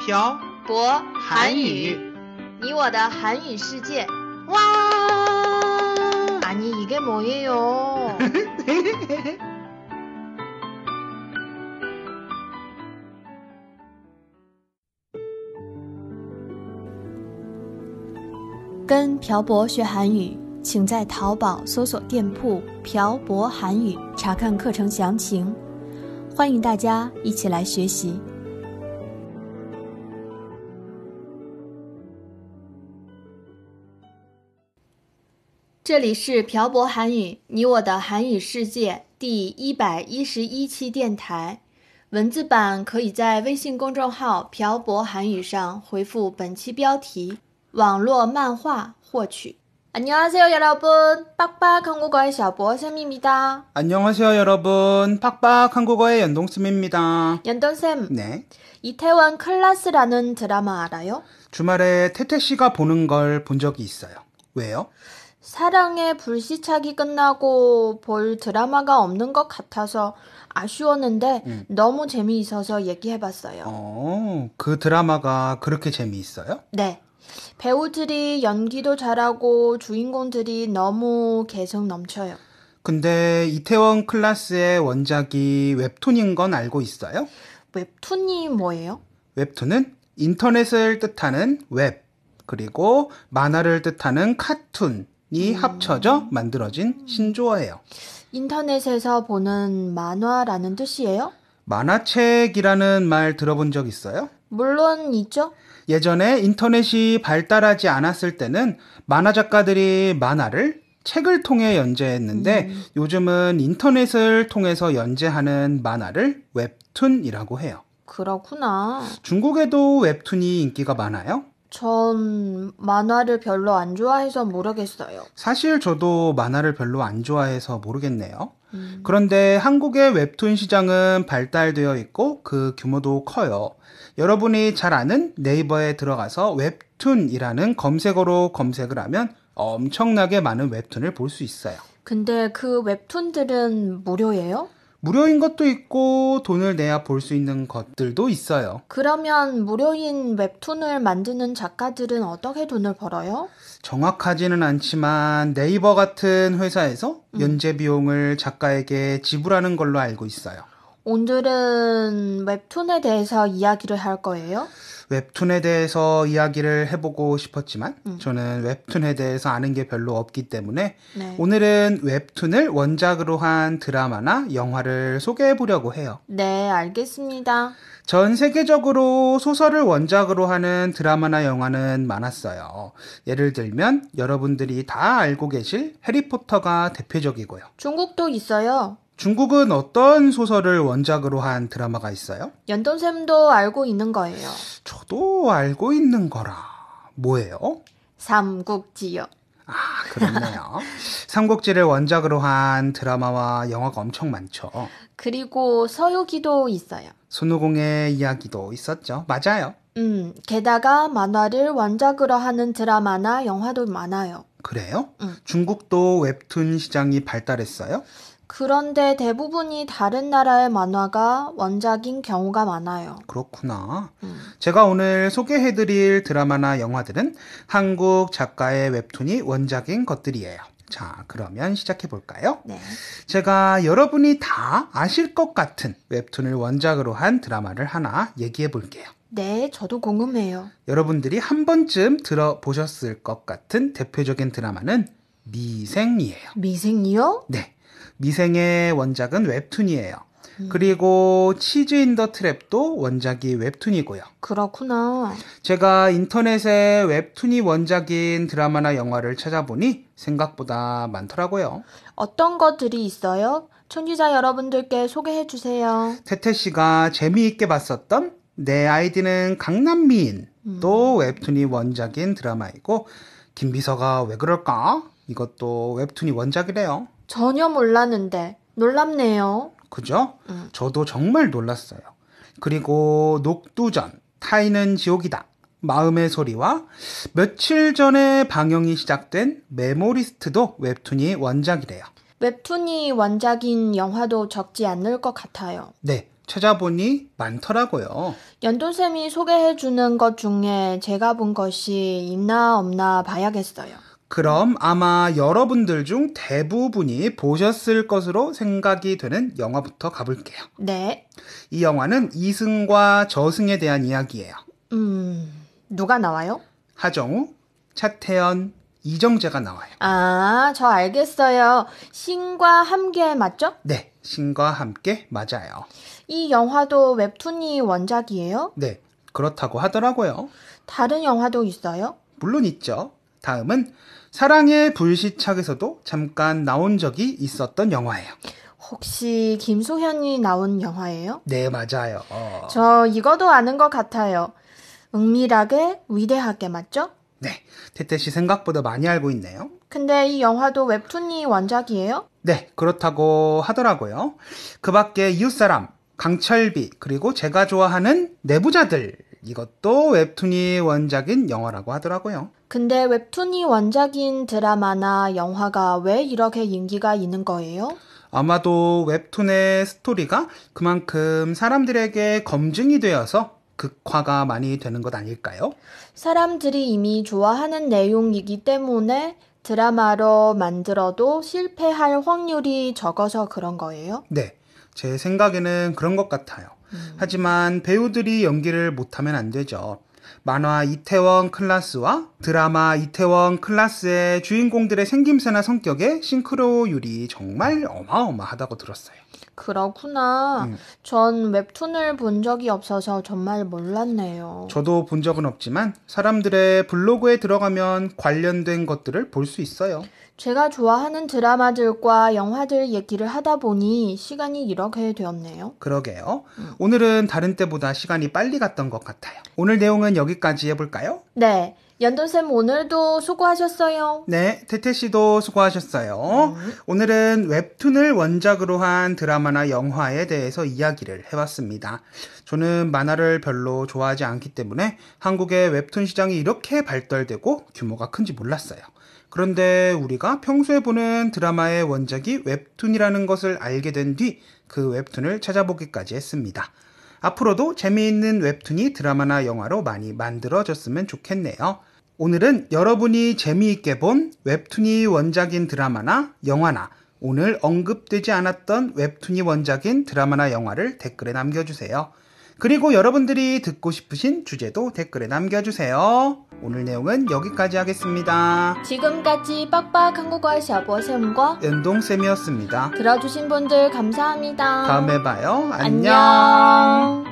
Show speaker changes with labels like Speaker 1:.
Speaker 1: 朴
Speaker 2: 博
Speaker 1: 韩语，
Speaker 2: 你我的韩语世界。啊
Speaker 1: 哇！
Speaker 2: 아니 이게 뭐예요?
Speaker 3: 跟朴博学韩语，请在淘宝搜索店铺“朴博韩语”查看课程详情。欢迎大家一起来学习。
Speaker 2: 这里是朴博韩语，你我的韩语世界第一百一十一期电台。文字版可以在微信公众号“朴博韩语”上回复本期标题“网络漫画”获取。안녕하세요여러분빡빡한국어의小博쌤입니다
Speaker 1: 안녕하세요 여러분. 팍팍 한국어의 연동쌤입니다.
Speaker 2: 연돈쌤,
Speaker 1: 네.
Speaker 2: 이태원 클라스라는 드라마 알아요?
Speaker 1: 주말에 태태 씨가 보는 걸 본 적이 있어요. 왜요?
Speaker 2: 사랑의 불시착이 끝나고 볼 드라마가 없는 것 같아서 아쉬웠는데 너무 재미있어서 얘기해봤어요.
Speaker 1: 어, 그 드라마가 그렇게 재미있어요?
Speaker 2: 네. 배우들이 연기도 잘하고 주인공들이 너무 개성 넘쳐요.
Speaker 1: 근데 이태원 클라스의 원작이 웹툰인 건 알고 있어요?
Speaker 2: 웹툰이 뭐예요?
Speaker 1: 웹툰은 인터넷을 뜻하는 웹, 그리고 만화를 뜻하는 카툰이 합쳐져 만들어진 신조어예요.
Speaker 2: 인터넷에서 보는 만화라는 뜻이에요?
Speaker 1: 만화책이라는 말 들어본 적 있어요?
Speaker 2: 물론 있죠.
Speaker 1: 예전에 인터넷이 발달하지 않았을 때는 만화 작가들이 만화를 책을 통해 연재했는데 요즘은 인터넷을 통해서 연재하는 만화를 웹툰이라고 해요.
Speaker 2: 그렇구나.
Speaker 1: 중국에도 웹툰이 인기가 많아요?
Speaker 2: 전 만화를 별로 안 좋아해서 모르겠어요.
Speaker 1: 사실 저도 만화를 별로 안 좋아해서 모르겠네요. 그런데 한국의 웹툰 시장은 발달되어 있고 그 규모도 커요. 여러분이 잘 아는 네이버에 들어가서 웹툰이라는 검색어로 검색을 하면 엄청나게 많은 웹툰을 볼 수 있어요.
Speaker 2: 근데 그 웹툰들은 무료예요?
Speaker 1: 무료인 것도 있고 돈을 내야 볼 수 있는 것들도 있어요.
Speaker 2: 그러면 무료인 웹툰을 만드는 작가들은 어떻게 돈을 벌어요?
Speaker 1: 정확하지는 않지만 네이버 같은 회사에서 연재 비용을 작가에게 지불하는 걸로 알고 있어요.
Speaker 2: 오늘은 웹툰에 대해서 이야기를 할 거예요.
Speaker 1: 웹툰에 대해서 이야기를 해보고 싶었지만 저는 웹툰에 대해서 아는 게 별로 없기 때문에
Speaker 2: 네.
Speaker 1: 오늘은 웹툰을 원작으로 한 드라마나 영화를 소개해 보려고 해요.
Speaker 2: 네, 알겠습니다.
Speaker 1: 전 세계적으로 소설을 원작으로 하는 드라마나 영화는 많았어요. 예를 들면 여러분들이 다 알고 계실 해리포터가 대표적이고요.
Speaker 2: 중국도 있어요.
Speaker 1: 중국은 어떤 소설을 원작으로 한 드라마가 있어요?
Speaker 2: 연돈쌤도 알고 있는 거예요.
Speaker 1: 저도 알고 있는 거라. 뭐예요?
Speaker 2: 삼국지요.
Speaker 1: 아, 그렇네요. 삼국지를 원작으로 한 드라마와 영화가 엄청 많죠.
Speaker 2: 그리고 서유기도 있어요.
Speaker 1: 손오공의 이야기도 있었죠. 맞아요.
Speaker 2: 음, 게다가 만화를 원작으로 하는 드라마나 영화도 많아요.
Speaker 1: 그래요?
Speaker 2: 응.
Speaker 1: 중국도 웹툰 시장이 발달했어요?
Speaker 2: 그런데 대부분이 다른 나라의 만화가 원작인 경우가 많아요.
Speaker 1: 그렇구나.
Speaker 2: 음.
Speaker 1: 제가 오늘 소개해드릴 드라마나 영화들은 한국 작가의 웹툰이 원작인 것들이에요. 자, 그러면 시작해볼까요?
Speaker 2: 네.
Speaker 1: 제가 여러분이 다 아실 것 같은 웹툰을 원작으로 한 드라마를 하나 얘기해볼게요.
Speaker 2: 네, 저도 궁금해요.
Speaker 1: 여러분들이 한 번쯤 들어보셨을 것 같은 대표적인 드라마는 미생이에요.
Speaker 2: 미생이요?
Speaker 1: 네. 미생의 원작은 웹툰이에요.
Speaker 2: 음,
Speaker 1: 그리고 치즈 인 더 트랩도 원작이 웹툰이고요.
Speaker 2: 그렇구나.
Speaker 1: 제가 인터넷에 웹툰이 원작인 드라마나 영화를 찾아보니 생각보다 많더라고요.
Speaker 2: 어떤 것들이 있어요? 청취자 여러분들께 소개해 주세요.
Speaker 1: 태태 씨가 재미있게 봤었던 내 아이디는 강남미인도 웹툰이 원작인 드라마이고 김비서가 왜 그럴까? 이것도 웹툰이 원작이래요.
Speaker 2: 전혀 몰랐는데 놀랍네요.
Speaker 1: 그죠?
Speaker 2: 음.
Speaker 1: 저도 정말 놀랐어요. 그리고 녹두전, 타이는 지옥이다, 마음의 소리와 며칠 전에 방영이 시작된 메모리스트도 웹툰이 원작이래요.
Speaker 2: 웹툰이 원작인 영화도 적지 않을 것 같아요.
Speaker 1: 네, 찾아보니 많더라고요.
Speaker 2: 연돈쌤이 소개해주는 것 중에 제가 본 것이 있나 없나 봐야겠어요.
Speaker 1: 그럼 아마 여러분들 중 대부분이 보셨을 것으로 생각이 되는 영화부터 가볼게요.
Speaker 2: 네.
Speaker 1: 이 영화는 이승과 저승에 대한 이야기예요.
Speaker 2: 음, 누가 나와요?
Speaker 1: 하정우, 차태현, 이정재가 나와요.
Speaker 2: 아, 저 알겠어요. 신과 함께 맞죠?
Speaker 1: 네, 신과 함께 맞아요.
Speaker 2: 이 영화도 웹툰이 원작이에요?
Speaker 1: 네, 그렇다고 하더라고요.
Speaker 2: 다른 영화도 있어요?
Speaker 1: 물론 있죠. 다음은 사랑의 불시착에서도 잠깐 나온 적이 있었던 영화예요.
Speaker 2: 혹시 김소현이 나온 영화예요?
Speaker 1: 네, 맞아요.
Speaker 2: 저 이거도 아는 것 같아요. 은밀하게, 위대하게 맞죠?
Speaker 1: 네, 태태 씨 생각보다 많이 알고 있네요.
Speaker 2: 근데 이 영화도 웹툰이 원작이에요?
Speaker 1: 네, 그렇다고 하더라고요. 그 밖에 이웃사람, 강철비, 그리고 제가 좋아하는 내부자들, 이것도 웹툰이 원작인 영화라고 하더라고요.
Speaker 2: 근데 웹툰이 원작인 드라마나 영화가 왜 이렇게 인기가 있는 거예요?
Speaker 1: 아마도 웹툰의 스토리가 그만큼 사람들에게 검증이 되어서 극화가 많이 되는 것 아닐까요?
Speaker 2: 사람들이 이미 좋아하는 내용이기 때문에 드라마로 만들어도 실패할 확률이 적어서 그런 거예요?
Speaker 1: 네, 제 생각에는 그런 것 같아요. 하지만 배우들이 연기를 못하면 안 되죠. 만화 이태원 클라스와 드라마 이태원 클라스의 주인공들의 생김새나 성격의 싱크로율이 정말 어마어마하다고 들었어요.
Speaker 2: 그렇구나.
Speaker 1: 음.
Speaker 2: 전 웹툰을 본 적이 없어서 정말 몰랐네요.
Speaker 1: 저도 본 적은 없지만 사람들의 블로그에 들어가면 관련된 것들을 볼 수 있어요.
Speaker 2: 제가 좋아하는 드라마들과 영화들 얘기를 하다 보니 시간이 이렇게 되었네요.
Speaker 1: 그러게요. 오늘은 다른 때보다 시간이 빨리 갔던 것 같아요. 오늘 내용은 여기까지 해볼까요?
Speaker 2: 네. 연돈쌤 오늘도 수고하셨어요.
Speaker 1: 네, 태태 씨도 수고하셨어요. 오늘은 웹툰을 원작으로 한 드라마나 영화에 대해서 이야기를 해봤습니다. 저는 만화를 별로 좋아하지 않기 때문에 한국의 웹툰 시장이 이렇게 발달되고 규모가 큰지 몰랐어요. 그런데 우리가 평소에 보는 드라마의 원작이 웹툰이라는 것을 알게 된 뒤 그 웹툰을 찾아보기까지 했습니다. 앞으로도 재미있는 웹툰이 드라마나 영화로 많이 만들어졌으면 좋겠네요. 오늘은 여러분이 재미있게 본 웹툰이 원작인 드라마나 영화나 오늘 언급되지 않았던 웹툰이 원작인 드라마나 영화를 댓글에 남겨주세요. 그리고 여러분들이 듣고 싶으신 주제도 댓글에 남겨주세요. 오늘 내용은 여기까지 하겠습니다.
Speaker 2: 지금까지 빡빡 한국어 샤버쌤과
Speaker 1: 연동쌤이었습니다.
Speaker 2: 들어주신 분들 감사합니다.
Speaker 1: 다음에 봐요. 안녕.
Speaker 2: 안녕.